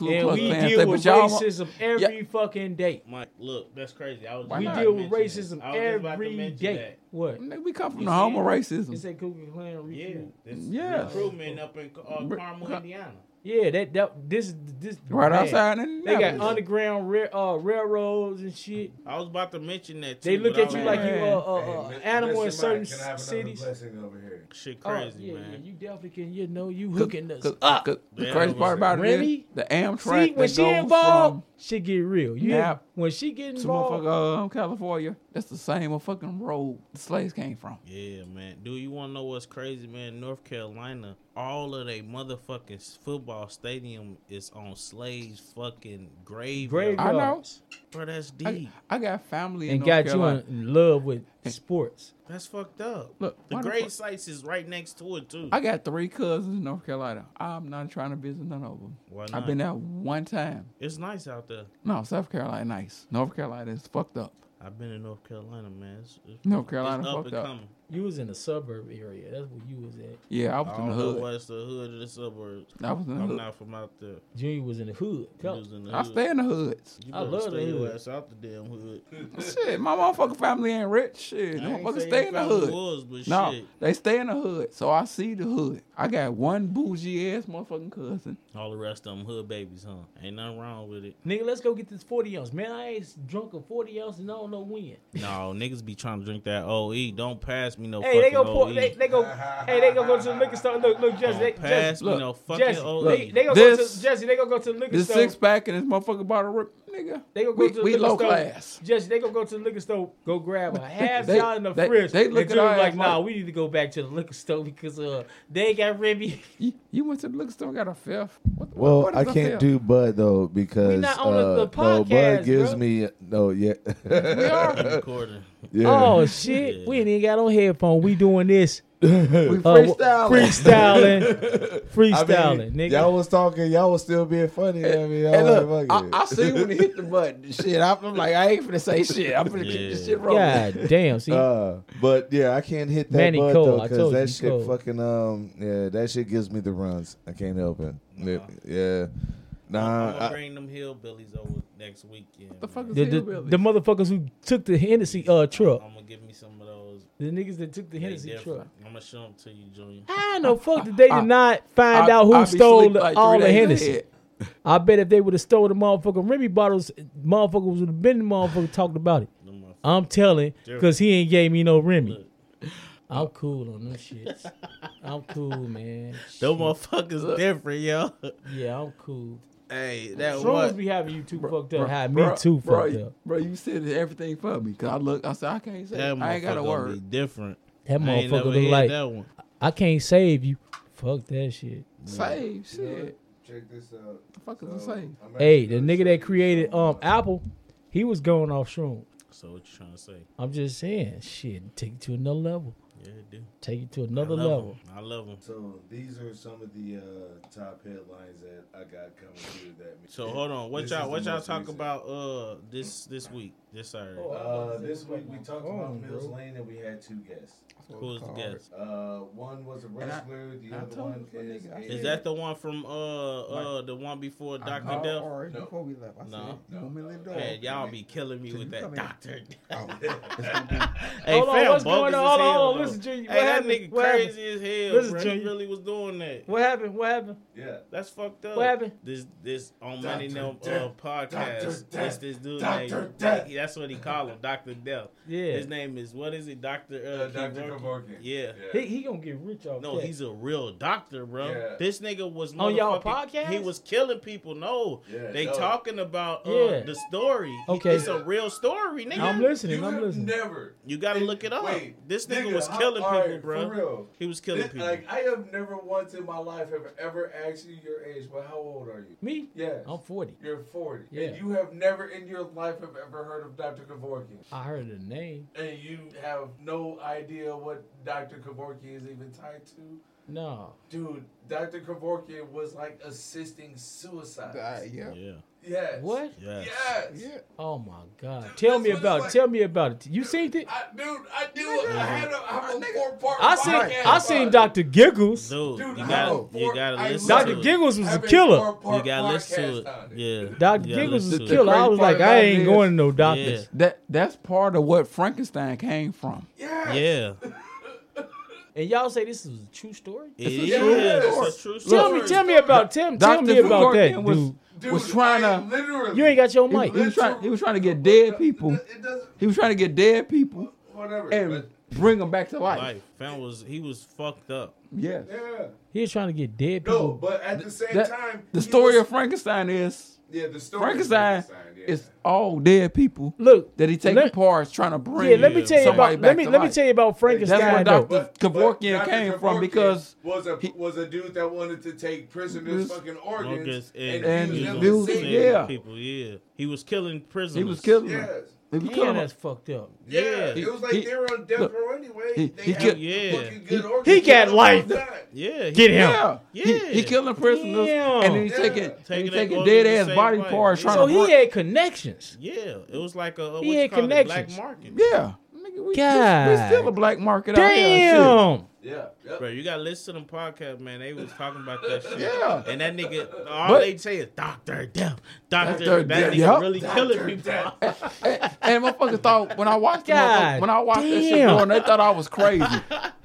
Ku And Klux we Klan deal thing, with but y'all want- racism every fucking day. Mike, look, that's crazy. I was Why just We not? about deal to with mention racism that. I was just about to every mention day. that. What? Nigga, we come from You the see? homo racism. It's that Ku Klux Klan Yeah, recruit. this Yeah. recruitment up in uh, Br- Carmel, Ca- Indiana. Yeah, that, that this this right man, outside in They got Indianapolis. underground ra- uh, railroads and shit. I was about to mention that. Too, They look but I at you was like you Man. uh, uh, uh, Hey, animal in Mr. Mike, certain can I have another cities. blessing over here? shit Oh, crazy, yeah, man. yeah, you definitely can. You know, you hooking us. Cause, up. 'cause the Yeah, crazy I part was about ready? it is the Amtrak See, when that she goes involved, she get real. You Yeah. when she get from to involved, motherfucker, um, California, that's the same motherfucking road the slaves came from. Yeah, man. Do you want to know what's crazy, man? North Carolina, all of they motherfucking s- football stadium is on slaves' fucking graveyard. Graveyard. I know. Bro, that's deep. I, I got family in and North got Carolina. you in- in love with sports. That's fucked up. Look, the why the grave fuck- sites is right next to it too. I got three cousins in North Carolina. I'm not trying to visit none of them. Why I've not? been there one time. It's nice out there. No, South Carolina nice. North Carolina is fucked up. I've been in North Carolina, man. It's, it's, North Carolina it's up fucked and up. coming. You was in the suburb area. That's where you was at. Yeah, I was I in don't the know hood. what's the hood of the suburbs. I was in the I'm hood. not from out there. Junior was in the hood. I Come. was in the I hood. stay in the hoods. You I better love the stay your hood. ass out the damn hood. Shit, my motherfucking family ain't rich. Shit, I them ain't motherfuckers say stay in the probably hood. Was, but No, shit. they stay in the hood, so I see the hood. I got one bougie ass motherfucking cousin. All the rest of them hood babies, huh? Ain't nothing wrong with it. Nigga, let's go get this 40 ounce. Man, I ain't drunk a 40 ounce and I don't know when. No, niggas be trying to drink that OE. Don't pass me no Hey, they fucking go pour, OE. they, they go, hey, they gonna go to the liquor store. Look, look, Jesse, Don't they, pass Jesse, me look, no fucking E. Jesse, OE. they, they gonna go This- to Jesse. They gonna go to the liquor This store. six pack and this motherfucking bottle rip, nigga. They gonna go we, to the we liquor low store. class. Jesse, they gonna go to the liquor store. Go grab a half They- gallon of they- frizz. they look and at Junior our like, ass nah, like- we need to go back to the liquor store because uh, they ain't got Remy. You, you went to the liquor store, and got a fifth. What, Well, what is I a can't fifth? do Bud though because not on the- uh, the no, podcast, Bud gives bro. me no. Yeah, We are. recording. yeah. Oh shit, we ain't even got on headphone. We doing this We Uh, wh- freestyle. freestyling, I mean, freestyling, nigga. Y'all was talking. Y'all was still being funny. I mean, I Hey, was look, I, fucking- I see when it hit the button. Shit, I'm, I'm like, I ain't finna say shit. I'm finna Yeah. keep this shit rolling. God damn, see, Uh, but yeah, I can't hit that Manny Bud Cole, though I because told that you, shit Cole. fucking um yeah that shit gives me the runs. I can't help it. Yeah, yeah. I'm nah. gonna I- bring them hillbillies over next weekend. Uh, The fuck is the, the, hillbilly? the motherfuckers who took the Hennessy uh truck, I'm gonna give me some of those. the niggas that took the They Hennessy truck. different. I'm gonna show them to you, Junior. I know fuck that they did not I- find out who I be stole sleep the- like all three the days Hennessy. ahead. I bet if they would have stole the motherfucking Remy bottles, motherfuckers would have been the motherfucker talking about it. Them motherfuckers. I'm telling, because he ain't gave me no Remy. Look. I'm cool on them shits. I'm cool, man. Them motherfuckers different, yo. Yeah, I'm cool. hey, that Shrooms what? be having you too fucked Bro, up. Had me bro, too bro, fucked you- up. Bro, you said everything for me. Cause I look, I said I can't say. That I ain't got a motherfucker word. Be different. That I ain't motherfucker never look had like that one. I can't save you. Fuck that shit. Save shit. Check this out. The fuck is a save? I'm Hey, actually the gonna nigga show that you created something. um Apple, he was going off shrooms. So what you trying to say? I'm just saying, shit, take it to another level. Yeah, dude. Take it to I another love level. 'em. I love them. So these are some of the uh, top headlines that I got coming through that. So hold on, what This is y'all the what y'all most talk recent. about uh this this week this Saturday? Oh, Uh, this week we talked Oh, about Mills bro. Lane and we had two guests. Who's the guest? Uh, one was a wrestler, the I other told one you, is. nigga, I a- said- Is that the one from uh uh the one before Doctor Death? No. before we left, I No. said, you want me to live dog? Man, y'all be killing me with you come that in? doctor. hey, Hold on, what's going on? bogus as Hold on, hell, hold on, though. listen, Junior, Hey, what that happened? nigga What happened? crazy as hell. Listen, bro. Junior. He really was doing that. What happened? What happened? Yeah. That's fucked up. What happened? This this on Monday Dr. Night uh, Death. podcast. Dr. It's this dude Dr. named Death. he- That's what he call him, Doctor Death. Yeah. His name is what is it, Doctor uh, Uh, Dr. Kevorkian? Kevorkian. Yeah. He, he gonna get rich off No, that. he's a real doctor, bro. Yeah. This nigga was On y'all motherfucking- podcast? He was killing people. No, Yeah, they no. talking about uh, Yeah. the story. Okay. it's a real story, nigga. I'm listening. I'm have listening. Never. You gotta Hey, look it up. wait, this nigga, nigga, was how- killing all people, right, bro. for real. He was killing This- people. Like I have never once in my life have ever asked you your age. Well, how old are you? me. Yes. I'm 40. You're 40, Yeah. and you have never in your life have ever heard of Dr. Kevorkian, I heard the name. and you have no idea what Dr. Kevorkian is even tied to. No. Dude, Dr. Kevorkian was like assisting suicide. Uh, yeah. Yeah. Yes. What? Yes. Yes. Yeah. Oh my God! Dude, tell that's what me it's about. like. Tell me about it. You seen it? I, dude, I do. I had a, I have a four part. I seen. podcast I seen about it. Doctor Giggles. Dude, Dude, you I got know. to you got to I listen. love to Doctor it. Giggles was I a have killer. four-part You got to listen to podcast on it. Yeah. Doctor You gotta Giggles was listen a to it. killer. I was The crazy like, part I ain't about it going to no Yeah. doctors. That that's part of what Frankenstein came from. Yes. Yeah. And y'all say this is a true story? It a is. true It's a true story. Tell me, tell me about Tim. Tell me about that, Kevorkian was, dude. Dude, was trying I to. Literally. You ain't got your mic. He was trying. He was trying to get dead people. It doesn't. He was trying to get dead people Whatever. and bring them back to life. Life. Found was he was fucked up. Yes. but, yeah. He was trying to get dead people. No, but at the same That- time, the he story was- of Frankenstein is yeah, the story of Frankenstein Frankenstein, yeah. is all dead people Look, that he taking Let- parts trying to yeah. bring. Let me tell you somebody about. back Let me to let me life. tell you about Frankenstein. what though. Doctor- Kevorkian Dr. came from Kevorkian because was a he- was a dude that wanted to take prisoners' This- fucking Organs organs and, and use he them was to dudes, sing. yeah. people. Yeah. He was killing prisoners. He was killing. them. Yes. He was Damn, killing. them. that's fucked up. Yeah, Yeah. it was like He- they were on death look, row anyway. he- they he had killed- Yeah. fucking good He- organs. he got all the life. time. Yeah. he- Get him. Yeah, Yeah. He, he killing prisoners, and then he Yeah. taking and Taking he that taking organ dead the ass same body way. parts. Yeah. Trying So to he bring, had connections. Yeah. It was like a, a He what you had call it, black connections. market. yeah. Nigga, we, we, we God. still a black market out here. and Damn. Yeah, yeah. Bro, you gotta listen to them podcast, man. They was talking about that shit. Yeah. And that nigga, all But- they say is Doctor Death, Doctor. Dr. That Death, nigga yup. really killing people. shit. And, and motherfuckers thought when I watched the God motherfucker- when I watched that shit damn. going, they thought I was crazy.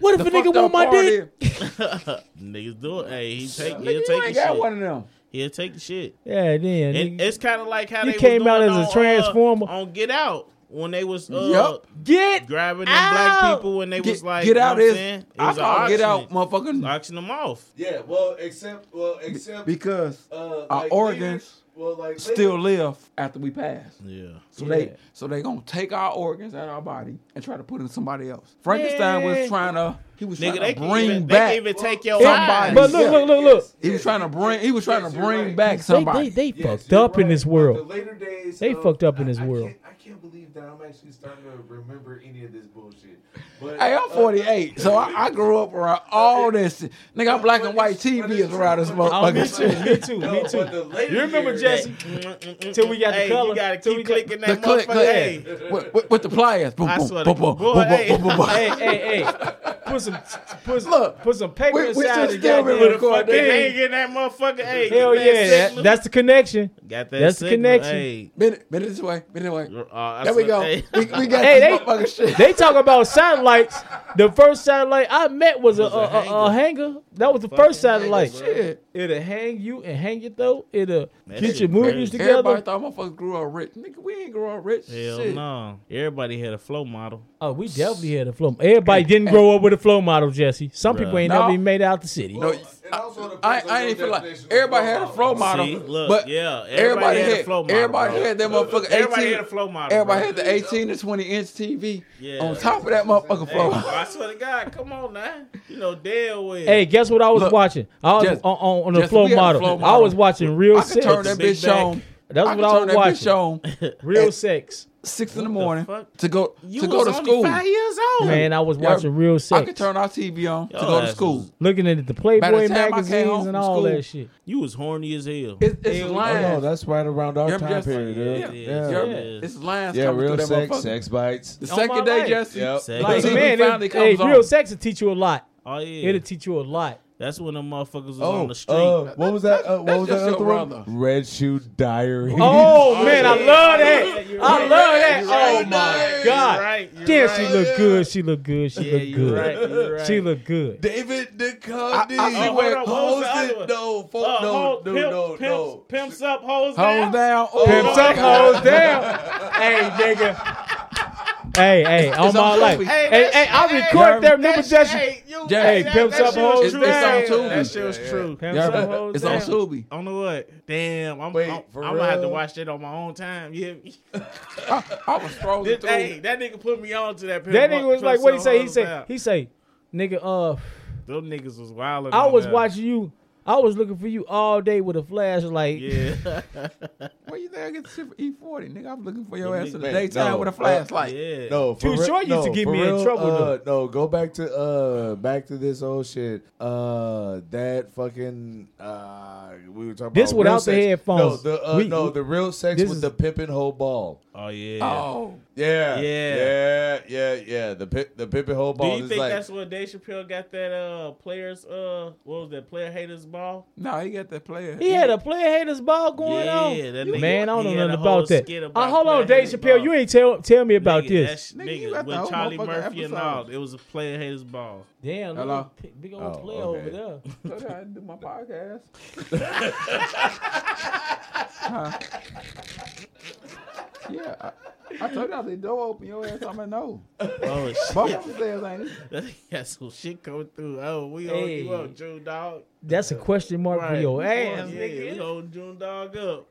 What if The a nigga fucked up want my part dick? is, Niggas do it. Hey, he take, nigga, he'll you take the ain't got shit. one of them. He'll take the shit. Yeah, then. And nigga. it's kind of like how You they came was out doing as a on, uh, transformer. on Get Out when they was uh, Yup. Get grabbing them out. black people when they Get, was like, get you know out what I'm is saying? It I was an call get out, auction. motherfucking auction them off. Yeah, well, except, well, except, because uh, our like organs later- well, like still later- live after we pass. Yeah, So Yeah. they so they gonna take our organs out of our body and try to put in somebody else. Frankenstein Yeah. was trying to he was nigga, trying they to can bring even, back they can even take your somebody. eyes. But look, Yeah. look, look, look. He was trying to bring. He was trying Yes, to you're bring right. back somebody. They, they, they Yes, fucked you're up in right. this But The world. later days, They of- fucked up in I- this I world. Can't, I can't believe that I'm actually starting to remember any of this bullshit. But Hey, I'm uh, 48, so I, I grew up around all this. shit. Nigga, black and white But it's- TV is around this Oh, me motherfucker. too. Me too. No, Me but too. the later You remember years- Jesse? Till we got the hey, color. You gotta Till keep we got- clicking The that click, motherfucker. click. Hey, With, with, with the pliers. Boom, I boom, swear boom, to boom, boom, God, boom, hey. boom, boom, boom. Hey, hey, hey. Put some, put some, Look, put some paper we- we inside should the still be goddamn- recording. fucking Goddamn. hang in that motherfucker. Hey, Hell get that Oh, yeah, that- signal. that's the connection. got that. that's the signal. connection. Hey, Bend it, bend it this way, bend it this way. uh, There we go. Hey, We, we got hey, Hey, they- this motherfucker shit. They talk about satellites. The first satellite I met was, a, Was a a, a, a hanger. That was the first Fucking hanger, satellite. bro. shit. It'll hang you and hang your throat. It'll That get shit your movies crazy. together. Everybody thought motherfuckers grew up rich. Nigga, we ain't grew up rich. Hell shit. no. Everybody had a flow model. Oh, we definitely had a flow. Everybody didn't grow up with a flow model, Jesse. Some Bruh. people ain't No. never even made it out the city. No, Well, it also depends I, on I your ain't feel like definition of everybody had a model. flow model, See, look, but yeah, everybody, everybody had a had flow model, everybody bro. had that motherfucker. Everybody 18 had a flow model. Everybody bro. had the 18 to 20 inch TV Yeah. on top of that motherfucker Hey, bro, flow. I swear to God, come on now. You know damn well. Hey, guess what I was Look, watching? I was Jess- on, on, on the Jess, flow we had a model. flow I model. was watching real I could sex. turn that Big bitch Bang. on. That's I what could I turn was that bitch watching. on Real at sex. six in the morning fuck? to go you to was go to only school. Five years old. Man, I was watching real sex. I could turn our TV on to Your go to ass school. was- Looking at the By the Playboy time I came magazines home and from all school, that shit. you was horny as hell. It's, it's Hell, Oh, lines. no, that's right around our Yep, time yes. period. Yeah, Yeah, yeah, Yep, yeah. yeah. It's lines Yeah, coming real through that sex, motherfucker. sex bites. The On my second day, life. Jesse. Yep. Sex. Like, Like See, man, we finally it, hey, comes real on. sex will teach you a lot. oh yeah. It'll teach you a lot. That's when the motherfuckers was Oh, on the street. uh, what was that? Uh, that's what was just that your other brother. one? Red Shoe Diary. Oh man, I love that. You're I right. love that. You're Oh right. my You're god. right. You're Damn, right. she looked good. She looked good. She Yeah, looked you're good. right. You're right. She looked good. David I, Duchovny. I see Oh, where hold on, what was Hoes the other one? it- no, fo- Uh, no, hold- no, pimp- no, pimps, no. pimps up, hoes down. hoes down. Oh, Pimps my up, God. hoes down. hey, nigga. Hey, hey, on it's my on life. Tubi. Hey, Hey, hey, that I shit- record hey, that. Remember, Jesse? Hey, you, Hey, that, pimps that up, shit was hoes true. down. It's on Tubi. That shit was true. Pimps Yeah, up, but hoes it's down. on Tubi. On the what? Damn, I'm, Wait, I'm, I'm for gonna have to real? watch that on my own time. You hear me? I was scrolling This- through. hey, that nigga put me on to that. Pimp That Up, nigga was like, Pimps what he Up, say? He Hoes say, Down. he say, nigga, uh, Them niggas was wild. I was watching you. I was looking for you all day with a flash, like Yeah. Where you think I get the shit for E forty, nigga? I'm looking for your Yeah, ass in the man, daytime no. with a Uh, flashlight. yeah. No, for Dude, real, Sean used no, to get for me in real, trouble, Uh, no, go back to uh back to this old shit. Uh, that fucking uh, we were talking This about without real the sex. headphones. No, the, uh, We- no, we- the real sex this with is- the pippin whole ball. Oh yeah. Oh, Yeah, Yeah. yeah, yeah, yeah. The pi- the pippin whole Do ball you is think like that's where Dave Chappelle got that uh players uh what was that player haters ball? no, he got that player. He had a player haters ball going Yeah, on. that You- nigga- man, I don't he know had nothing a whole about that. skit about Uh, hold on, player Dave haters Chappelle. ball. You ain't tell tell me about Nigga, this. that's- Nigga, you nigga, got the whole with Charlie motherfucking Murphy and all, episode. it was a player haters ball. Damn, Hello? look, p- big old Oh, player okay. over there. Look, I do my podcast. huh? Yeah, I, I told you I said, door open your ass. I'm going no. Oh Both shit, of them says ain't it? that nigga got some shit coming through. Oh, we hold you Hey. up, June Dog. That's a question mark for your ass, yeah, nigga. We hold June Dog up.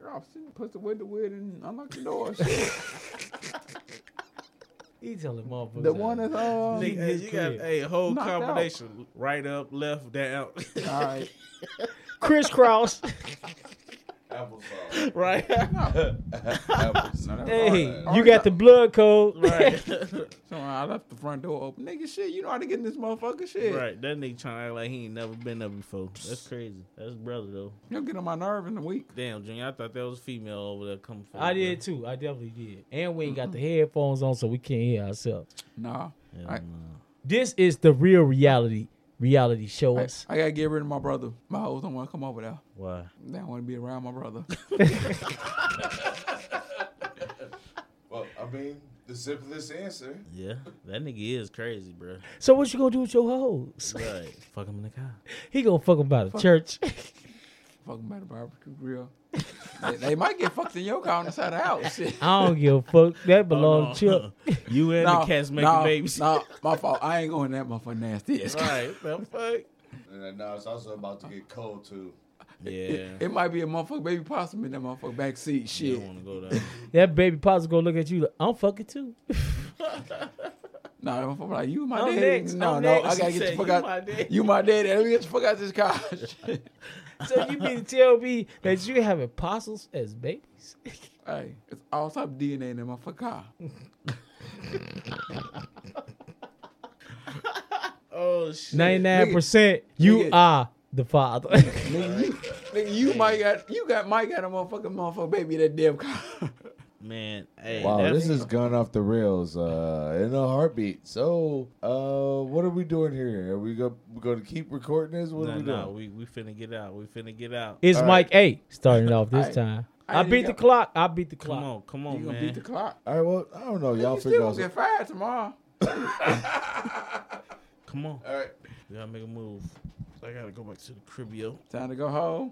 Girl, she puts the window with and unlock the door. Shit. He telling motherfuckers. the one that's uh, Nigga. Nigga, his you got crib. a whole Knocked out. combination: right up, left, down, all right. crisscross. Applesauce. right, apples. No, that's hey, all right. you got the blood code. right, So I left the front door open. Nigga, shit, you know how to get in this motherfucker shit. right. That nigga trying to act like he ain't never been there before. That's crazy. That's brother though. You'll get on my nerve in a week. Damn, Junior, I thought that was a female over there coming. for I you, did too. I definitely did. And we ain't got the headphones on, so we can't hear ourselves. Nah. bro. Hell I- no. This is the real reality. Reality show I, us. I gotta get rid of my brother. My hoes don't wanna come over there. Why? They don't wanna be around my brother. well, I mean, The simplest answer. Yeah, that nigga is crazy, bro. So what you gonna do with your hoes? Right. Fuck him in the car. He gonna fuck about a church. Fucking by the barbecue grill. they, they might get fucked in your car on the side of the house. Shit. I don't give a fuck. That Oh, belongs to no. You and the cats making nah, babies. nah, my fault. I ain't going in that motherfucking nasty ass. car. Right. The fuck? and then now it's also about to get cold too. Yeah. It, it might be a motherfucking baby possum in that motherfucking back seat. You Shit. don't want to go there. That baby pops gonna look at you like I'm fucking too. Nah, that motherfucker like you my I'm daddy. next, No, I'm no, next. I gotta She get the fuck said, "You out. my daddy." You my daddy. Let me get the fuck out this car. Shit. So you mean to tell me that you have apostles as babies? Hey, it's all type of DNA in that motherfucker car. Oh shit. Ninety nine percent, you nigga. are the father. Nigga, you, nigga, you might got you got might got a motherfucking motherfucking baby in that damn car. Man, hey, Wow, that- this has gone off the rails uh, in a heartbeat. So, uh, what are we doing here? Are we go we going to keep recording this? What No, are we no, doing? we, we finna get out. We finna get out. it's All Mike A. Starting off this I- time. I I, beat didn't the go- clock. I beat the Come clock. on, come You on, gonna man. beat the clock. All right, well, I don't know. Y'all you still figure gonna out. get fired tomorrow. Come on. All right. We gotta make a move. I gotta go back to the crib, yo. Time to go home.